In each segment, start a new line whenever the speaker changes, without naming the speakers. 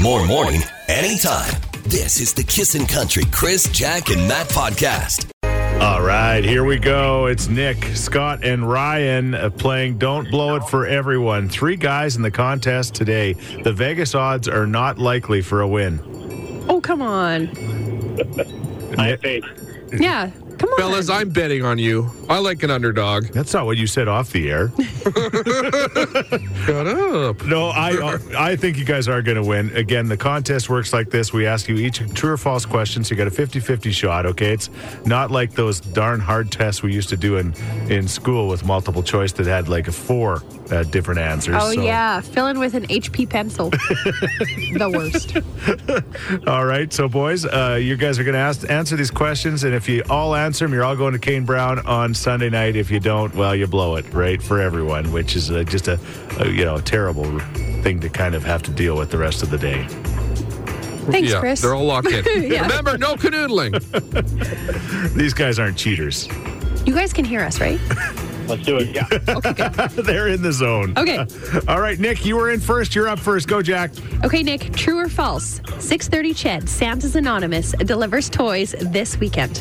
more morning, anytime. This is the Kissin' Country Chris, Jack, and Matt podcast.
All right, here we go. It's Nick, Scott, and Ryan uh, playing Don't Blow It for Everyone. Three guys in the contest today. The Vegas odds are not likely for a win.
Oh, come on.
I have faith.
Yeah, come on.
Fellas, I'm betting on you. I like an underdog.
That's not what you said off the air.
Shut up.
No, I uh, I think you guys are going to win. Again, the contest works like this. We ask you each true or false question, so you got a 50-50 shot, okay? It's not like those darn hard tests we used to do in in school with multiple choice that had like four uh, different answers.
Oh,
So,
yeah. Fill in with an HP pencil. the worst.
All right, so boys, uh, you guys are going to ask answer these questions and if you all answer them, you're all going to Kane Brown on Sunday night. If you don't, well, you blow it, right? For everyone, which is uh, just a, a you know, a terrible thing to kind of have to deal with the rest of the day.
Thanks,
yeah,
Chris.
They're all locked in.
Yeah.
Remember, no canoodling.
These guys aren't cheaters.
you guys can hear us, right?
Let's do it. Yeah.
They're in the zone.
Okay.
All right, Nick, you were in first. You're up first. Go, Jack.
Okay, Nick, true or false? 630 Ched, Sam's is Anonymous, delivers toys this weekend.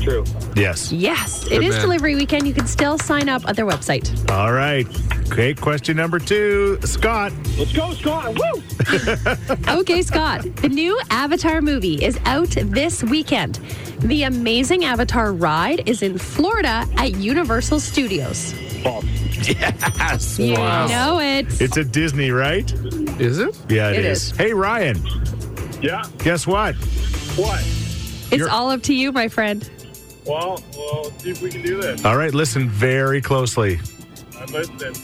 True.
Yes.
Yes, it
Good
is
man.
delivery weekend. You can still sign up at their website.
All right. Okay, question number two. Scott.
Let's go, Scott. Woo!
Okay, Scott, the new Avatar movie is out this weekend. The amazing Avatar ride is in Florida at Universal Studios.
False.
You
Wow.
know it.
It's a Disney, right?
Is it?
Yeah,
It is.
Hey, Ryan,
Yeah.
guess what?
What?
It's
you're-
all up to you, my friend.
Well, well, see if we can do this.
All right, listen very closely.
I'm listening.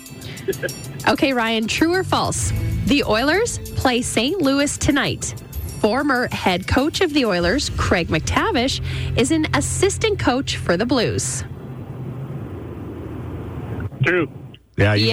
Okay, Ryan, true or false? The Oilers play St. Louis tonight. Former head coach of the Oilers, Craig McTavish, is an assistant coach for the Blues.
True.
Yeah, you got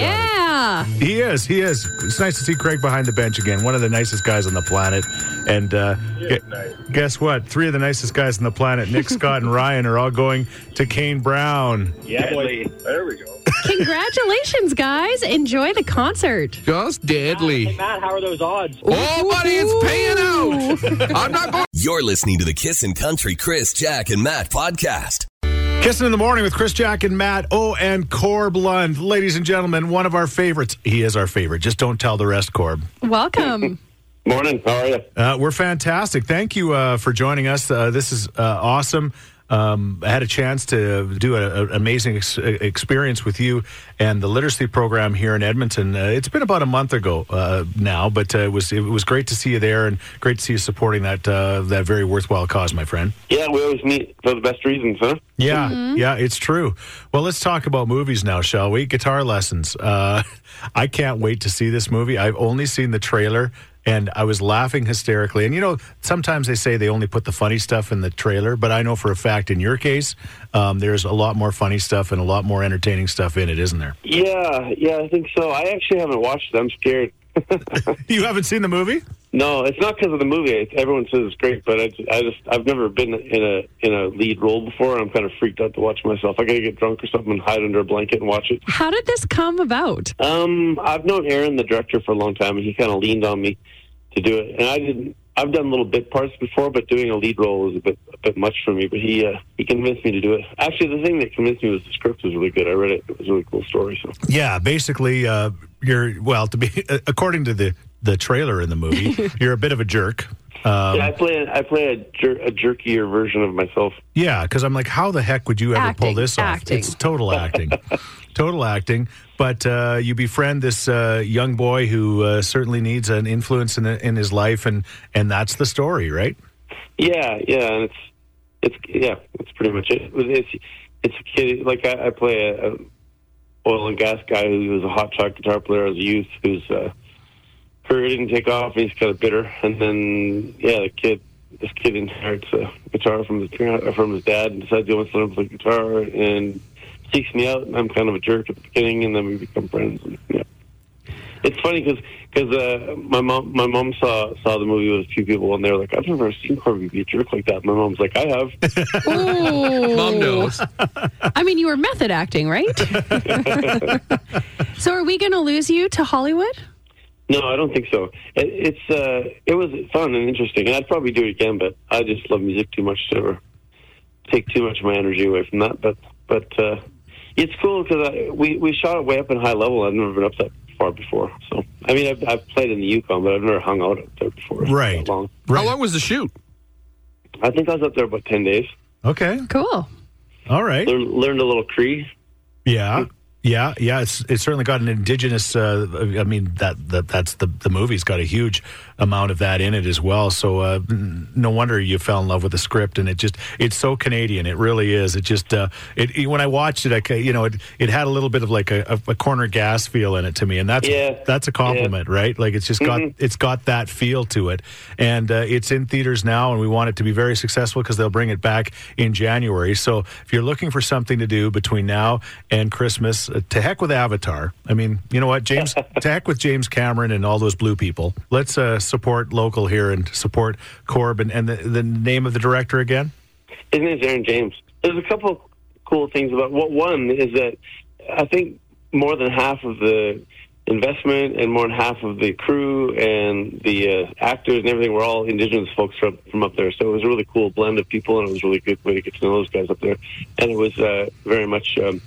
it.
Yeah.
He is. He is. It's nice to see Craig behind the bench again. One of the nicest guys on the planet. And uh,
Yeah,
gu-
nice.
guess what? Three of the nicest guys on the planet, Nick, Scott, and Ryan, are all going to Kane Brown.
Yeah, boy. There we go.
Congratulations, guys. Enjoy the concert.
Just deadly.
Matt, how are those odds?
Oh, buddy, it's paying out. I'm not going.
You're listening to the Kissin' Country Chris, Jack, and Matt podcast.
Kissing in the morning with Chris Jack and Matt. Oh, and Corb Lund, ladies and gentlemen, one of our favorites. He is our favorite. Just don't tell the rest, Corb.
Welcome.
Morning. How are you?
Uh, we're fantastic. Thank you uh, for joining us. Uh, this is uh, awesome. Um, I had a chance to do an amazing ex- e-, experience with you and the literacy program here in Edmonton. Uh, it's been about a month ago uh, now, but uh, it was it was great to see you there and great to see you supporting that uh, that very worthwhile cause, my friend.
Yeah, we always meet for the best reasons, huh?
Yeah, yeah, it's true. Well, let's talk about movies now, shall we? Guitar lessons. Uh, I can't wait to see this movie. I've only seen the trailer, and I was laughing hysterically. And you know, sometimes they say they only put the funny stuff in the trailer, but I know for a fact in your case, um, there's a lot more funny stuff and a lot more entertaining stuff in it, isn't there?
Yeah, yeah, I think so. I actually haven't watched it. I'm scared.
You haven't seen the movie?
No, it's not because of the movie. It's, everyone says it's great, but I, I just I've never been in a in a lead role before. and I'm kind of freaked out to watch myself. I gotta get drunk or something and hide under a blanket and watch it.
How did this come about?
Um, I've known Aaron, the director, for a long time, and he kind of leaned on me to do it. And I didn't. I've done little bit parts before, but doing a lead role was a bit a bit much for me. But he uh, he convinced me to do it. Actually, the thing that convinced me was the script was really good. I read it; it was a really cool story. So
Yeah, basically, uh, you're well to be according to the the trailer in the movie, you're a bit of a jerk. Um,
yeah, I play I play a, jer- a jerkier version of myself.
Yeah, because I'm like, how the heck would you ever pull
Acting,
this off?
acting.
It's total acting, total acting. But uh, you befriend this uh, young boy who uh, certainly needs an influence in, in his life, and and that's the story, right?
Yeah, yeah, and it's it's yeah, that's pretty much it. It's it's a kid like I, I play a, a oil and gas guy who was a hot shot guitar player as a youth whose uh, career didn't take off and he's kind of bitter. And then yeah, the kid this kid inherits a guitar from his parent or from his dad and decides he wants to learn to play guitar and seeks me out. And I'm kind of a jerk at the beginning, and then we become friends. And, yeah. It's funny because uh, my mom my mom saw saw the movie with a few people and they were like I've never seen Corby be a jerk like that. My mom's like I have.
Ooh.
Mom knows.
I mean, you were method acting, right? so, are we going to lose you to Hollywood?
No, I don't think so. It, it's uh, it was fun and interesting, and I'd probably do it again. But I just love music too much to ever take too much of my energy away from that. But but uh, it's cool because we we shot it way up in high level. I've never been up that far before. So I mean, I've, I've played in the Yukon, but I've never hung out up there before.
Right.
that long.
Right.
How long was the shoot?
I think I was up there about ten days.
Okay.
Cool.
All right.
Learned, learned a little Cree.
Yeah. Yeah, yeah, it's it's certainly got an indigenous. Uh, I mean that, that that's the the movie's got a huge amount of that in it as well. So uh, n- no wonder you fell in love with the script, and it just it's so Canadian. It really is. It just uh, it, it- when I watched it, I ca- you know it, it had a little bit of like a, a, a corner gas feel in it to me, and that's
Yeah.
that's a compliment, right? Like it's just got it's got that feel to it, and uh, it's in theaters now, and we want it to be very successful because they'll bring it back in January. So if you're looking for something to do between now and Christmas, uh, to heck with Avatar. I mean, you know what, James? to heck with James Cameron and all those blue people. Let's uh, support local here and support Corb and, and the, the name of the director again.
His name's Aaron James. There's a couple cool things about what one is that I think more than half of the investment and more than half of the crew and the uh, actors and everything were all indigenous folks from from up there. So it was a really cool blend of people, and it was a really good way to get to know those guys up there. And it was uh, very much um,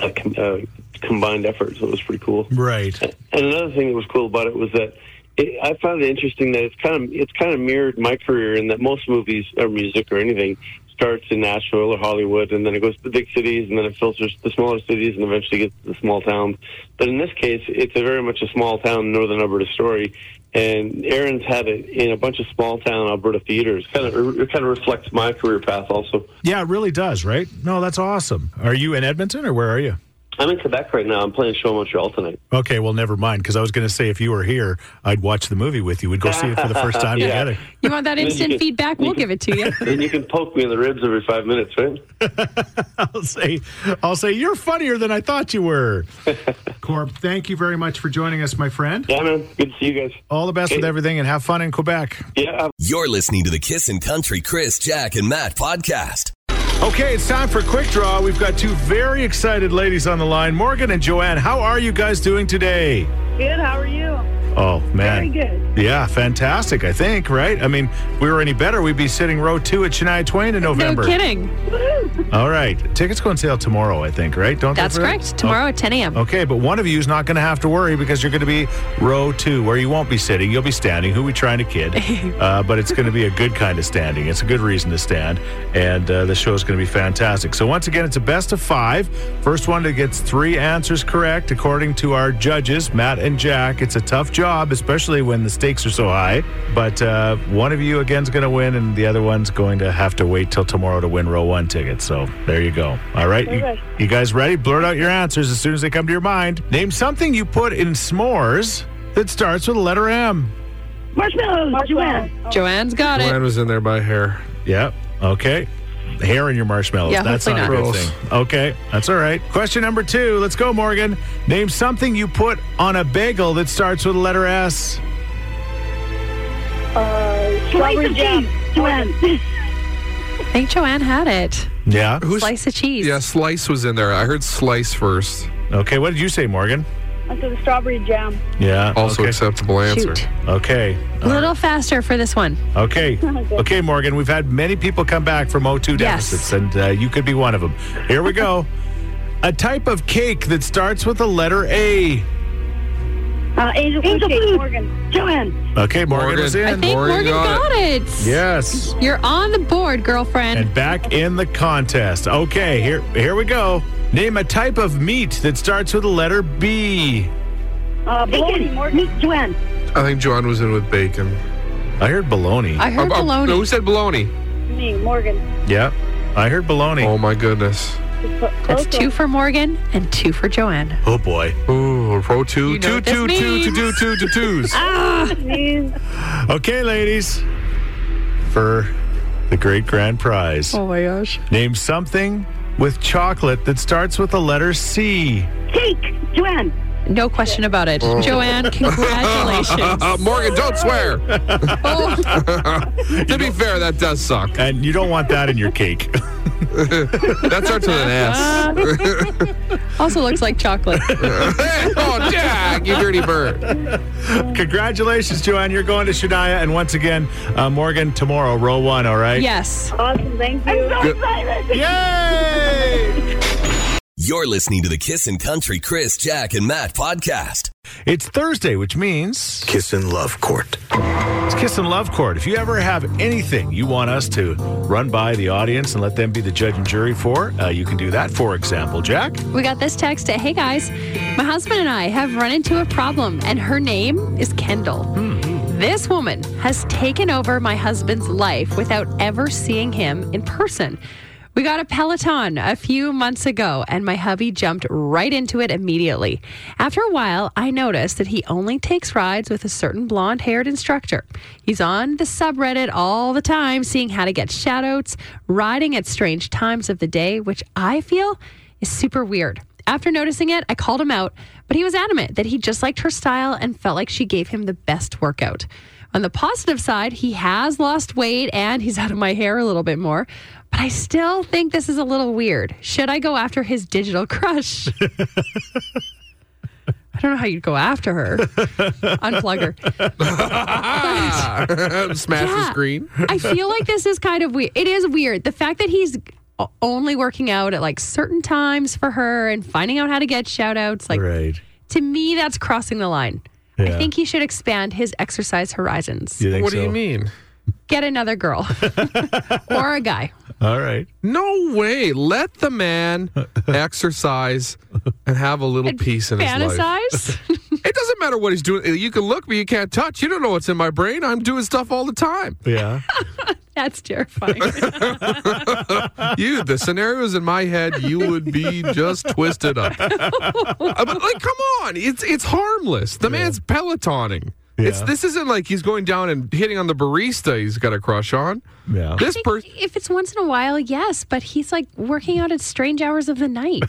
a com- uh, combined effort, so it was pretty cool.
Right.
And another thing that was cool about it was that it, I found it interesting that it's kind of it's kind of mirrored my career in that most movies or music or anything starts in Nashville or Hollywood and then it goes to the big cities and then it filters to the smaller cities and eventually gets to the small towns. But in this case, it's a very much a small town northern Alberta story. And Aaron's had it in a bunch of small town Alberta theaters. Kind of it kind of reflects my career path also.
Yeah, it really does. Right. No, that's awesome. Are you in Edmonton or where are you?
I'm in Quebec right now. I'm playing Show Montreal tonight.
Okay, well, never mind. Because I was going to say, if you were here, I'd watch the movie with you. We'd go see it for the first time
Yeah.
together.
You want that instant
can-
feedback? We'll give it to you.
And you can poke me in the ribs every five minutes, right?
I'll say, I'll say, you're funnier than I thought you were. Corb, thank you very much for joining us, my friend.
Yeah, man. Good to see you guys.
All the best with everything, and have fun in Quebec.
Yeah,
You're listening to the Kissin' Country Chris, Jack, and Matt podcast.
Okay, it's time for quick draw. We've got two very excited ladies on the line, Morgan and Joanne. How are you guys doing today?
Good. How are you?
Oh man,
Very good.
Yeah, fantastic. I think right. I mean, if we were any better, we'd be sitting row two at Shania Twain in
no
November.
kidding.
All right, tickets go on sale tomorrow. I think right. Don't they,
That's
Fred?
correct. Tomorrow at 10
Oh.
a.m.
Okay, but one of you is not going to have to worry because you're going to be row two, where you won't be sitting. You'll be standing. Who we trying to kid? uh, but it's going to be a good kind of standing. It's a good reason to stand, and uh, the show is going to be fantastic. So once again, it's a best of five. First one that gets three answers correct, according to our judges, Matt and Jack. It's a tough job, especially when the stakes are so high. But uh, one of you again's going to win, and the other one's going to have to wait till tomorrow to win row one tickets. So there you go. All right, you-
Perfect.
you guys ready? Blurt out your answers as soon as they come to your mind. Name something you put in s'mores that starts with the letter M.
Marshmallows. Joanne.
Joanne's got it.
Joanne was in there by hair.
Yep. Okay. Hair in your marshmallows.
Yeah,
that's not,
hopefully
a good
not.
thing. Okay. That's all right. Question number two. Let's go, Morgan. Name something you put on a bagel that starts with the letter S.
Strawberry jam. Joanne.
I think Joanne had it.
Yeah.
Who's
Slice of cheese.
Yeah, slice was in there. I heard slice first.
Okay. What did you say, Morgan?
I said strawberry jam.
Yeah.
Also
okay.
acceptable answer.
Shoot.
Okay.
A little faster for this one.
Okay. Okay, Morgan, we've had many people come back from O2
Oh, Yes.
deficits, and uh, you could be one of them. Here we go. a type of cake that starts with the letter A.
Uh, angel, food cake. Morgan. Joanne.
Okay, Morgan,
Morgan.
was
I
in.
think
Morgan
Morgan
got
got it.
Yes.
You're on the board, girlfriend.
And back in the contest. Okay, here here we go. Name a type of meat that starts with the letter B.
Uh, bologna. Morgan. Joanne.
I think Joanne was in with bacon.
I heard bologna.
I heard
Uh, uh,
baloney.
no, who said bologna?
Me. Morgan.
yeah, I heard bologna.
Oh my goodness.
That's two for Morgan and two for Joanne.
oh boy.
Ooh, pro two,
You know
two,
what this
two, two, two, two,
means.
two, two, twos.
Okay, ladies. For the great grand prize.
Oh my gosh.
Name something with chocolate that starts with the letter C.
Cake. Joanne.
No question about it.
Oh.
Joanne, congratulations.
Uh, Morgan, don't swear.
oh,
to be fair, that does suck.
And you don't want that in your cake.
That starts with an S.
Also looks like chocolate.
oh, Jack, you dirty bird.
Congratulations, Joanne. You're going to Shania. And once again, uh, Morgan, tomorrow, row one, all right?
yes.
Awesome. Thank you.
Yay!
You're listening to the Kissin' Country Chris, Jack, and Matt podcast.
It's Thursday, which means
Kiss and Love Court.
it's Kiss and Love Court. If you ever have anything you want us to run by the audience and let them be the judge and jury for, uh, you can do that. For example, Jack.
We got this text at, Hey guys, my husband and I have run into a problem, and her name is Kendall.
Hmm.
This woman has taken over my husband's life without ever seeing him in person. We got a Peloton a few months ago, and my hubby jumped right into it immediately. After a while, I noticed that he only takes rides with a certain blonde haired instructor. He's on the subreddit all the time, seeing how to get shoutouts, riding at strange times of the day, which I feel is super weird. After noticing it, I called him out, but he was adamant that he just liked her style and felt like she gave him the best workout. On the positive side, he has lost weight and he's out of my hair a little bit more, but I still think this is a little weird. Should I go after his digital crush? I don't know how you'd go after her. Unplug her.
Smash the
Yeah.
screen.
I feel like this is kind of weird. It is weird. The fact that he's o- only working out at like certain times for her and finding out how to get shout outs, like
Right.
to me, that's crossing the line.
Yeah.
I think he should expand his exercise horizons.
You think
What do
so?
you mean?
Get another girl or a guy.
All right.
No way. Let the man exercise and have a little peace in his life.
Fantasize.
It doesn't matter what he's doing. You can look, but you can't touch. You don't know what's in my brain. I'm doing stuff all the time.
Yeah.
That's terrifying.
You, the scenarios in my head, you would be just twisted up. Uh, but like, come on, it's it's harmless. The man's pelotoning. It's
Yeah.
this isn't like he's going down and hitting on the barista. He's got a crush on.
Yeah.
This
I
person.
think if it's once in a while, yes, but he's like working out at strange hours of the night.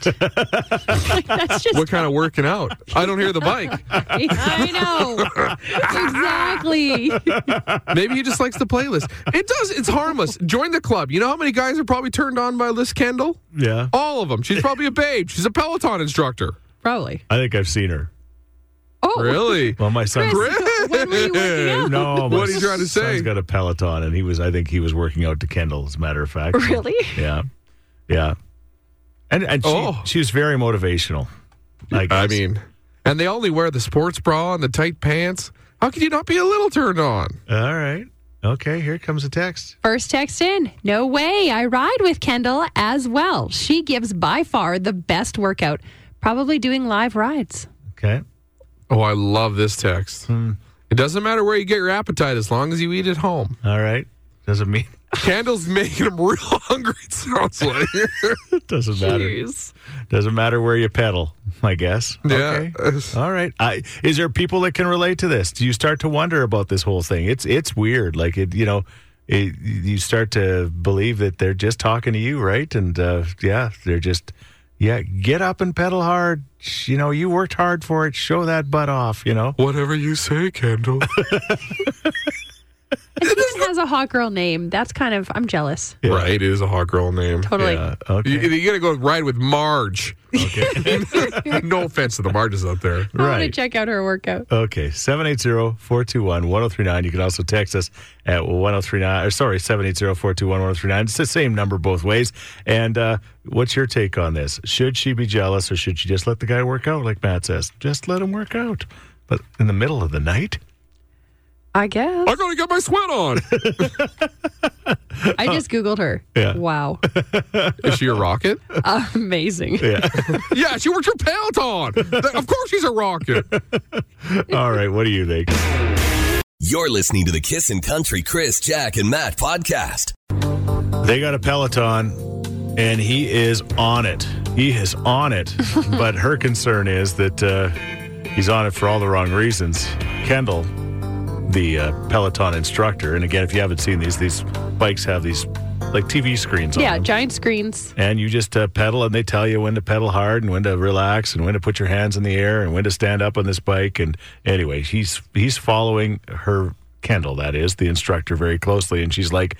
Like, that's just
What kind of working out? I don't hear the bike.
I know. exactly.
Maybe he just likes the playlist. It does. It's harmless. Join the club. You know how many guys are probably turned on by Liz Kendall?
Yeah.
All of them. She's probably a babe. She's a Peloton instructor.
Probably.
I think I've seen her.
Oh,
Really?
Well, my son.
Chris, when were you working out?
No, my
What are you trying to say?
Son's got a Peloton, and he was. I think he was working out to Kendall. As a matter of fact.
Really?
Yeah, yeah. And and she,
Oh.
she was very motivational. I,
I
guess.
mean, and they only wear the sports bra and the tight pants. How could you not be a little turned on?
all right, okay. Here comes a text.
First text in. No way. I ride with Kendall as well. She gives by far the best workout, probably doing live rides.
Okay,
Oh, I love this text.
Hmm.
It doesn't matter where you get your appetite as long as you eat at home.
all right. Doesn't mean
Candles making them real hungry, it sounds like.
it doesn't matter.
Jeez.
Doesn't matter where you pedal. I guess.
yeah.
Okay. Uh, All right. I, is there people that can relate to this? Do you start to wonder about this whole thing? It's it's weird. Like it, you know, it, you start to believe that they're just talking to you, right? And uh, yeah, they're just yeah. Get up and pedal hard. Sh- You know, you worked hard for it. Show that butt off. You know.
Whatever you say, Kendall.
This has a hot girl name. That's kind of, I'm jealous.
Right, it is a hot girl name.
Totally.
Uh,
You,
okay.
you gotta go ride with Marge. no offense to the Marges out there.
I want to
Right.
check out her workout.
Okay, 780-421-1039. You can also text us at 1039, or sorry, 780-421-1039. It's the same number both ways. And uh, what's your take on this? Should she be jealous or should she just let the guy work out like Matt says? Just let him work out. But in the middle of the night?
I guess.
I gotta get my sweat on.
I just Googled her.
Yeah.
Wow.
is she a rocket?
Amazing.
Yeah.
Yeah, she works for Peloton. Th- of course she's a rocket.
All right, what do you think?
You're listening to the Kissin' Country Chris, Jack, and Matt podcast.
They got a Peloton, and he is on it. He is on it. but her concern is that uh, he's on it for all the wrong reasons. Kendall, the uh, Peloton instructor, and again, if you haven't seen these, these bikes have these like TV screens on
Yeah,
them.
giant screens.
and you just uh, pedal, and they tell you when to pedal hard and when to relax and when to put your hands in the air and when to stand up on this bike. And anyway, he's he's following her Kendall, that is the instructor, very closely, and she's like,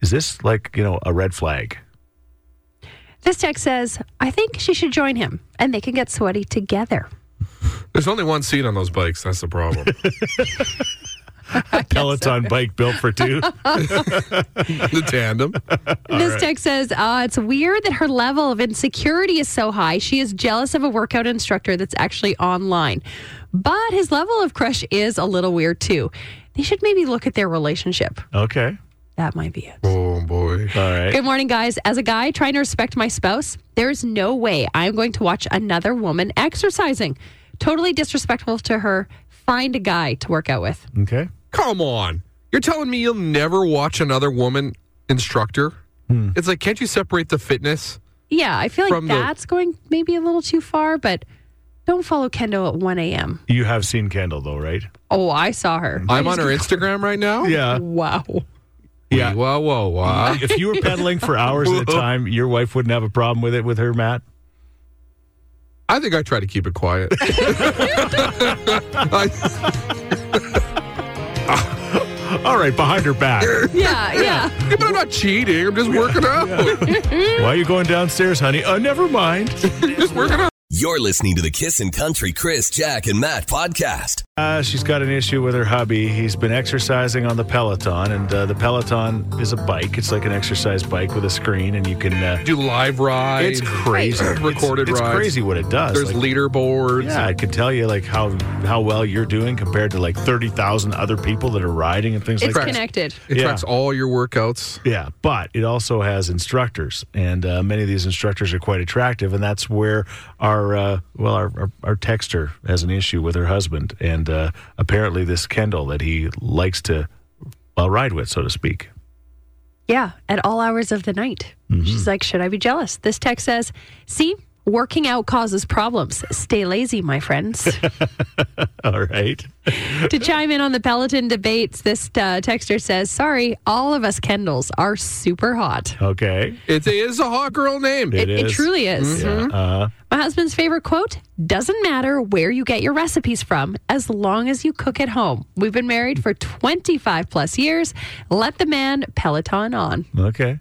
"Is this like you know a red flag?"
This text says, I think she should join him and they can get sweaty together.
There's only one seat on those bikes. That's the problem.
Peloton bike built for two.
the tandem.
This text says, uh, it's weird that her level of insecurity is so high. She is jealous of a workout instructor that's actually online. But his level of crush is a little weird too. They should maybe look at their relationship.
okay.
That might be it.
Oh boy.
All right.
Good morning, guys. As a guy trying to respect my spouse, there is no way I'm going to watch another woman exercising. Totally disrespectful to her. Find a guy to work out with.
Okay.
Come on. You're telling me you'll never watch another woman instructor?
Hmm.
It's like, can't you separate the fitness?
Yeah, I feel like
From the-
that's going maybe a little too far, but don't follow Kendo at 1 a.m.
You have seen Kendall though, right?
Oh, I saw her.
I'm on her Instagram right now.
Yeah.
Wow.
Yeah.
Whoa, whoa, whoa.
If you were pedaling for hours at a time, your wife wouldn't have a problem with it with her, Matt.
I think I try to keep it quiet. I-
All right, behind her back.
Yeah, yeah.
but I'm not cheating. I'm just working out.
Why are you going downstairs, honey? Oh, never mind.
just working out.
You're listening to the Kissin' Country Chris, Jack, and Matt podcast.
Uh, she's got an issue with her hubby. He's been exercising on the Peloton, and uh, the Peloton is a bike. It's like an exercise bike with a screen, and you can. Uh,
Do live rides.
it's crazy.
Right. Recorded
it's, it's
rides.
crazy what it does.
There's
Like,
leaderboards.
yeah, it can tell you like how how well you're doing compared to like thirty thousand other people that are riding and things
It's
like that.
connected.
It
Yeah.
tracks all your workouts.
Yeah, but it also has instructors, and uh, many of these instructors are quite attractive, and that's where our uh, well, our, our our texter has an issue with her husband, and uh, apparently this Kendall that he likes to well ride with, so to speak.
Yeah, at all hours of the night.
Mm-hmm.
She's like, Should I be jealous? This text says, See, working out causes problems. Stay lazy, my friends.
All right,
to chime in on the Peloton debates, this uh, texter says, Sorry, all of us Kendalls are super hot.
okay,
It is a hot girl name.
It
It, it
is.
truly is.
uh,
My husband's favorite quote doesn't matter where you get your recipes from as long as you cook at home. We've been married for 25 plus years. Let the man Peloton on.
okay.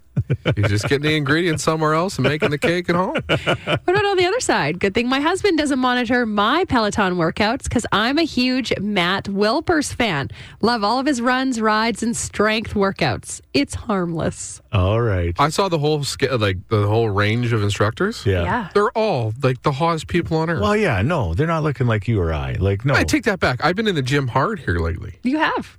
You're just getting the ingredients somewhere else and making the cake at home.
What about on the other side? Good thing my husband doesn't monitor my Peloton workouts because I'm a huge Matt Wilpers fan. Love all of his runs, rides, and strength workouts. It's harmless.
All right,
I saw the whole sca- like the whole range of instructors.
yeah.
They're all like the hottest people on earth.
Well, yeah, no, they're not looking like you or I. Like, no,
I take that back. I've been in the gym hard here lately,
You have.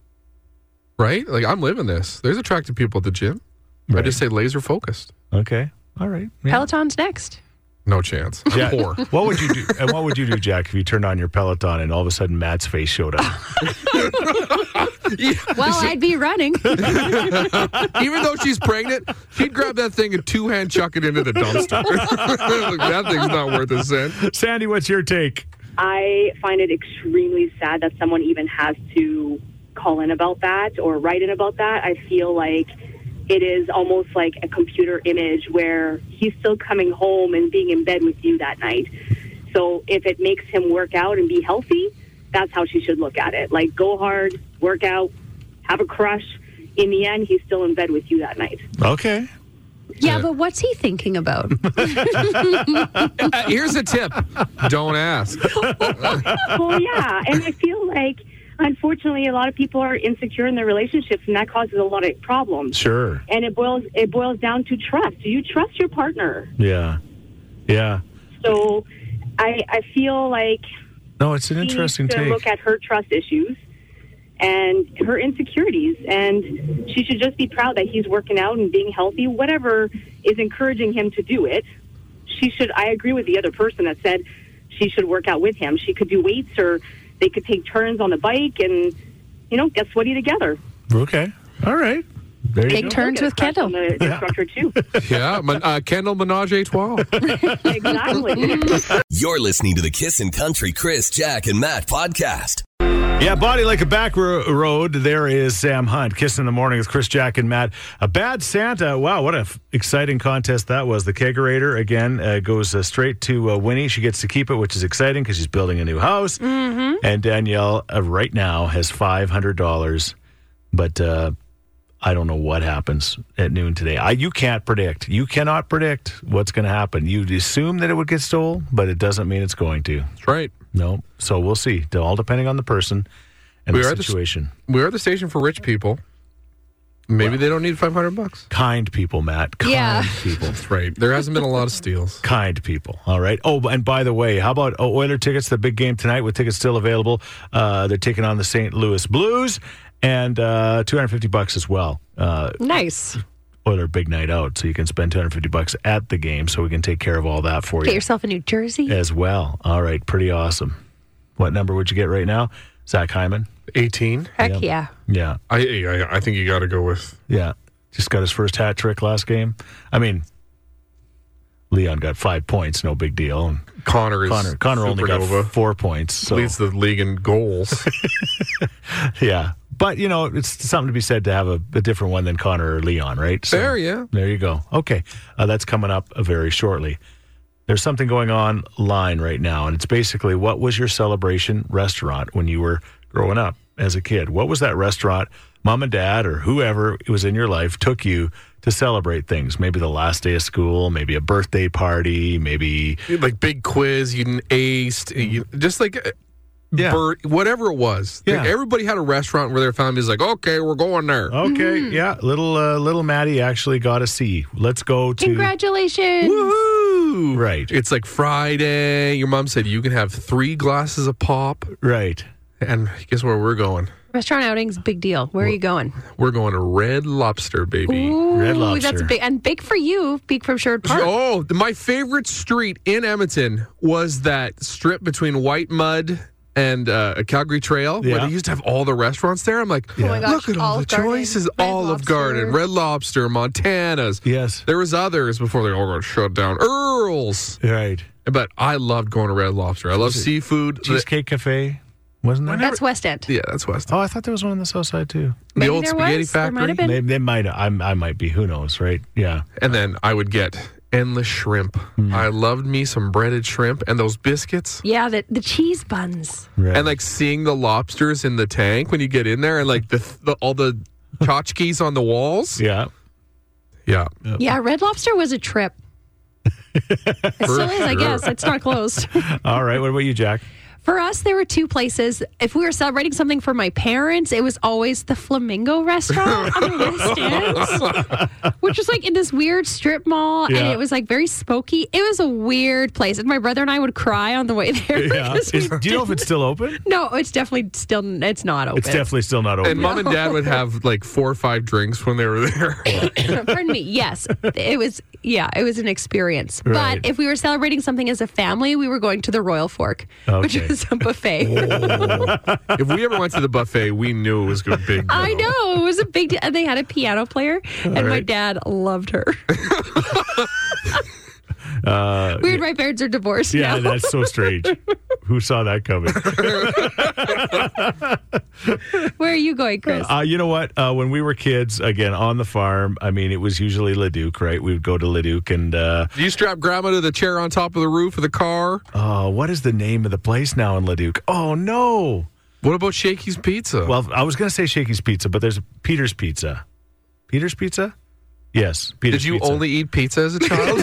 right? Like I'm living this. There's attractive people at the gym. I
Right.
just say laser focused.
okay, all right. yeah.
Peloton's next.
No chance. I'm
Jack,
poor.
What would you do? And what would you do, Jack, if you turned on your Peloton and all of a sudden Matt's face showed up?
Well, I'd be running.
Even though she's pregnant, she'd grab that thing and two hand chuck it into the dumpster. Like, that thing's not worth a cent.
Sandy, what's your take?
I find it extremely sad that someone even has to call in about that or write in about that. I feel like it is almost like a computer image where he's still coming home and being in bed with you that night. So if it makes him work out and be healthy, that's how she should look at it. Like go hard, work out, have a crush. In the end, he's still in bed with you that night.
Okay.
yeah, but what's he thinking about?
Uh, here's a tip: don't ask.
well, yeah, and I feel like unfortunately a lot of people are insecure in their relationships, and that causes a lot of problems.
Sure.
And it boils it boils down to trust. Do you trust your partner?
Yeah. Yeah.
So, I I feel like
No, it's an
she
interesting
needs to
take.
look at her trust issues and her insecurities, and she should just be proud that he's working out and being healthy. Whatever is encouraging him to do it, she should. I agree with the other person that said she should work out with him. She could do weights, or they could take turns on the bike, and you know, get sweaty together.
okay. All right. There you
Take
go.
turn- Turns
Get a
with
crush on
Kendall.
the instructor too.
Yeah, men- uh, Kendall Menage a trois.
exactly.
You're listening to the Kissin' Country Chris, Jack, and Matt podcast.
Yeah, body like a back ro- road. There is Sam Hunt. Kiss in the morning with Chris, Jack, and Matt. A bad Santa. Wow, what an exciting contest that was. The kegerator again uh, goes uh, straight to uh, Winnie. She gets to keep it, which is exciting because she's building a new house. And Danielle uh, right now has five hundred dollars, but uh, I don't know what happens at noon today. I, you can't predict. You cannot predict what's going to happen. You assume that it would get stolen, but it doesn't mean it's going to.
That's right.
No. So we'll see. All depending on the person and
We are
the
at the s-
situation.
We are the station for rich people. Maybe they don't need 500 bucks.
kind people, Matt. Kind
Yeah.
people.
That's right. There hasn't been a lot of steals.
Kind people. All right. Oh, and by the way, how about oh, Oiler tickets? The big game tonight with tickets still available. Uh, they're taking on the St. Louis Blues and uh, 250 bucks as well. Uh,
Nice.
Oiler big night out, so you can spend 250 bucks at the game, so we can take care of all that for
Get
you
yourself a new jersey.
as well. All right. Pretty awesome. What number would you get right now? Zach Hyman.
18?
Heck yeah.
Yeah.
I, I, I think you got to go with.
Yeah. Just got his first hat trick last game. I mean, Leon got five points, no big deal. And
Connor is
Connor. Connor only got
supernova.
four points. So
leads the league in goals.
yeah, but you know, it's something to be said to have a, a different one than Connor or Leon, right? So,
Fair, yeah.
There you go. Okay, uh, that's coming up uh, very shortly. There's something going on line right now, and it's basically what was your celebration restaurant when you were growing up as a kid? What was that restaurant mom and dad or whoever was in your life took you to celebrate things? Maybe the last day of school, maybe a birthday party, maybe
like big quiz, you didn't aced, you, just like uh,
Yeah.
bur- whatever it was. Like,
Yeah. Oh.
everybody had a restaurant where their family's like, okay, we're going there.
Okay, yeah, little uh, little Maddie actually got a C. Let's go to
Congratulations.
Woo!
Right.
It's like Friday. Your mom said you can have three glasses of pop,
right.
and guess where we're going?
Restaurant outings, big deal. Where are you going?
We're going to Red Lobster, baby.
Ooh,
Red Lobster.
That's big and big for you, big from Sherwood Park.
Oh, th- my favorite street in Edmonton was that strip between White Mud and uh, Calgary Trail, where
Yeah.
they used to have all the restaurants there. I'm like,
Oh my
gosh,
look at all the
Olive Garden,
choices:
Red
Olive
Lobster.
Garden, Red Lobster, Montana's.
Yes.
There was others before they all got shut down. Earls,
Right.
but I loved going to Red Lobster. I love seafood. The-
Cheesecake Cafe, wasn't there?
that's West End.
yeah, that's West.
Oh, I thought there was one on the south side too.
The
Maybe
old
there
spaghetti
was. There might
factory,
have been.
They, they might. I'm, I might be. Who knows? Right? Yeah.
and then I would get endless shrimp. I loved me some breaded shrimp and those biscuits.
Yeah, the, the cheese buns.
Right.
and like seeing the lobsters in the tank when you get in there and like the, the all the tchotchkes on the walls
yeah.
yeah
Yeah, Red Lobster was a trip. it still is, I
sure.
guess. It's not closed.
All right. What about you, Jack?
For us, there were two places. If we were celebrating something for my parents, it was always the Flamingo restaurant on the West End, which was like in this weird strip mall, and
Yeah.
it was like very smoky. It was a weird place, and my brother and I would cry on the way there.
Yeah.
'cause we
Is- do you know if it's still open?
no, it's definitely still it's not open.
It's definitely still not open.
and mom and dad would have like four or five drinks when they were there
Pardon me. Yes, it was. Yeah, it was an experience.
Right.
But if we were celebrating something as a family, we were going to the Royal Fork, which
Okay.
is a buffet.
if we ever went to the buffet we knew it was going to be big
I
deal.
know it was a big. deal. They had a piano player, and my
right.
dad loved her.
Uh,
Weird. My parents are divorced
yeah,
now.
that's so strange. Who saw that coming?
Where are you going, Chris?
Uh, you know what? Uh, when we were kids, again on the farm, I mean, it was usually Leduc, right? We would go to Leduc, and uh,
you strap grandma to the chair on top of the roof of the car
uh, what is the name of the place now in Leduc? Oh no!
what about shaky's pizza
Well, I was going to say Shakey's Pizza, but there's Peter's Pizza. Peter's Pizza? Yes. Peter's
did you
Pizza.
only eat pizza as a child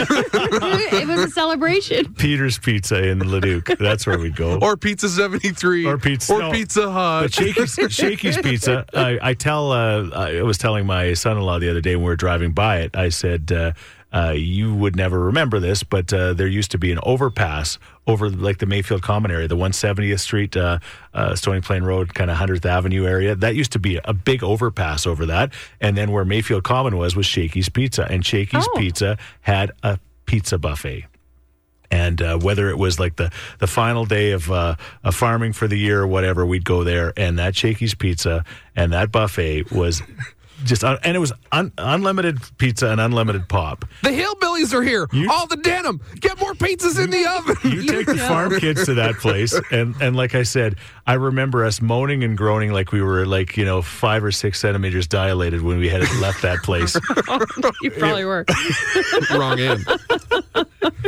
it was a celebration.
Peter's Pizza in Leduc? That's where we'd go.
or pizza 73
Or pizza-
or
no.
pizza
But
hut
Shakey's, Shakey's Pizza. I, I tell. Uh, I was telling my son-in-law the other day when we were driving by it. I said, uh, uh, "You would never remember this, but uh, there used to be an overpass over like the Mayfield Common area, the 170th Street, uh, uh, Stony Plain Road, kind of 100th Avenue area. That used to be a big overpass over that. And then where Mayfield Common was was Shakey's Pizza, and Shakey's
Oh.
Pizza had a pizza buffet." and uh, whether it was like the, the final day of, uh, of farming for the year or whatever, we'd go there, and that Shakey's pizza and that buffet was just, un- and it was un- unlimited pizza and unlimited pop.
the hillbillies are here all the denim get more pizzas in the oven
You take the farm kids to that place, and, and like I said, I remember us moaning and groaning like we were like you know five or six centimeters dilated when we had left that place.
You probably were.
Wrong end.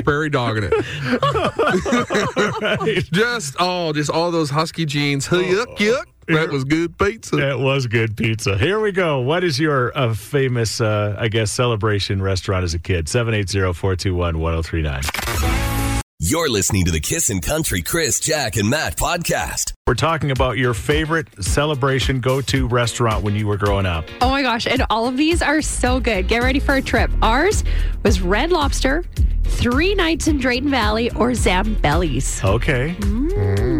Prairie dogging it. just oh, just all those husky jeans. Huh, Yuck, yuck. That was good pizza.
That was good pizza. Here we go. What is your uh, famous, uh, I guess, celebration restaurant as a kid? 780 421 1039.
You're listening to the Kissin' Country Chris, Jack, and Matt podcast.
We're talking about your favorite celebration go to restaurant when you were growing up.
Oh my gosh, and all of these are so good. Get ready for a trip. Ours was Red Lobster, Three Nights in Drayton Valley, or Zambelli's.
Okay.
Mm-hmm.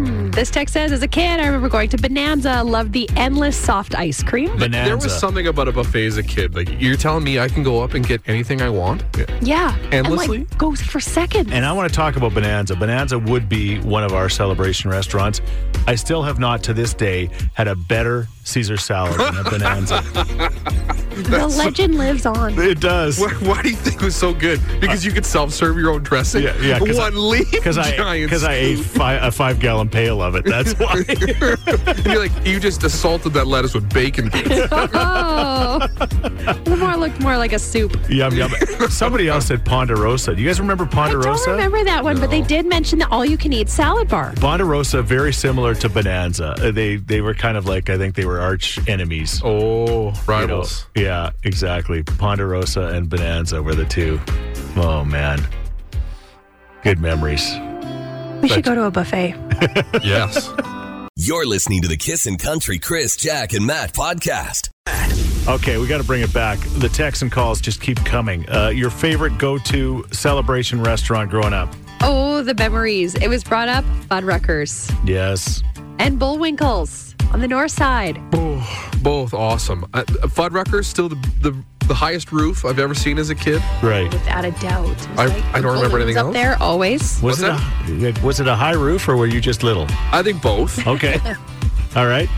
Hmm.
This text says, as a kid, I remember going to Bonanza, loved the endless soft ice cream.
Bonanza.
There was something about a buffet as a kid. Like you're telling me I can go up and get anything I want.
Yeah. And
Endlessly?
like goes for seconds.
And I want to talk about Bonanza. Bonanza would be one of our celebration restaurants. I still have not to this day had a better Caesar salad than a Bonanza.
the legend lives on.
It does.
Why, why do you think it was so good? Because you could self-serve your own dressing.
Uh, Yeah, yeah, 'cause I-
One leaf,
Because I,
giant.
cause I ate fi- a five gallon pail of it. That's why.
and you're like, you just assaulted that lettuce with bacon.
Oh. the more looked more like a soup.
yum, yum. Somebody else said Ponderosa. Do you guys remember Ponderosa?
I don't remember that one, but they did mention the all you can eat salad bar.
Ponderosa, very similar to Bonanza. Uh, They they were kind of like I think they were arch enemies.
oh,
you know?
rivals.
Yeah, exactly. Ponderosa and Bonanza were the two. Oh man, good memories.
We should go to a buffet.
Yes.
You're listening to the Kissin' Country Chris, Jack, and Matt podcast.
Okay, we got to bring it back. The texts and calls just keep coming. Uh, your favorite go-to celebration restaurant growing up?
Oh, the memories. It was brought up Fuddruckers
Yes.
and Bullwinkles on the north side.
Oh, both awesome. Uh, Fuddruckers still the, the the highest roof I've ever seen as a kid.
Right.
Without a doubt. It was
I- I don't remember
balloons
anything
up
else.
there always.
Was
What's
it a, was it a high roof or were you just little?
I think both.
Okay. All right.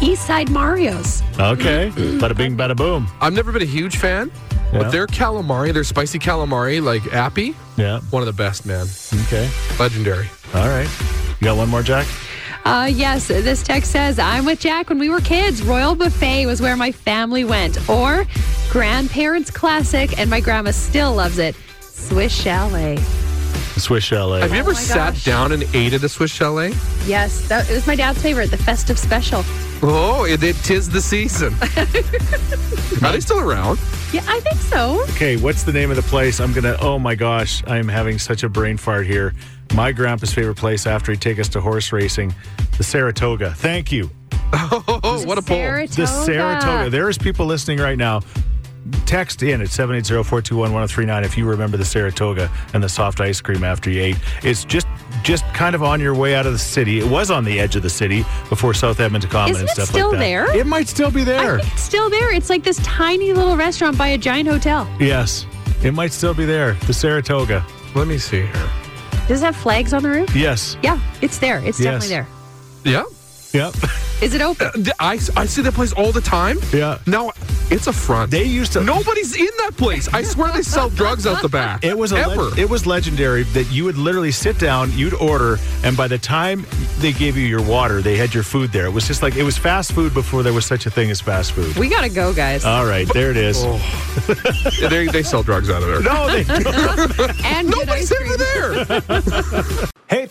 East Side Mario's.
Okay. Bada bing, bada boom.
I've never been a huge fan,
Yeah.
but their calamari, their spicy calamari, like appy,
Yeah.
one of the best, man.
Okay.
Legendary.
All right. You got one more, Jack?
Uh, yes, this text says, I'm with Jack. When we were kids, Royal Buffet was where my family went. Or grandparents' classic, and my grandma still loves it, Swiss Chalet.
Swiss Chalet.
Have you ever
Oh my
sat
gosh.
down and ate at a Swiss chalet?
Yes, that, it was my dad's favorite, the festive special.
Oh, it, it tis the season. Are they still around?
Yeah, I think so.
Okay, what's the name of the place? I'm gonna. Oh my gosh, I am having such a brain fart here. My grandpa's favorite place after he'd take us to horse racing, the Saratoga. Thank you,
Oh, what a poll.
Saratoga.
the Saratoga. There is people listening right now. Text in at 780-421-1039 if you remember the Saratoga and the soft ice cream after you ate. It's just just kind of on your way out of the city. It was on the edge of the city before South Edmonton Common
Isn't
and
it
stuff
still
like that.
there?
It might still be
I
there.
think it's still there. It's like this tiny little restaurant by a giant hotel.
yes. It might still be there. The Saratoga.
Let me see here.
Does it have flags on the roof?
Yes.
Yeah, it's there. It's
Yes.
definitely there.
Yeah.
Yep.
Is it open?
D- I, I see that place all the time.
Yeah.
Now, it's a front.
They used to
Nobody's in that place. I swear they sell drugs out the back.
It was a
ever.
leg- it was legendary that you would literally sit down, you'd order, and by the time they gave you your water, they had your food there. It was just like it was fast food before there was such a thing as fast food.
We gotta go, guys.
All right, there it is.
they, they sell drugs out of there.
No, they
and good ice
Nobody's
cream.
ever there.
Hey,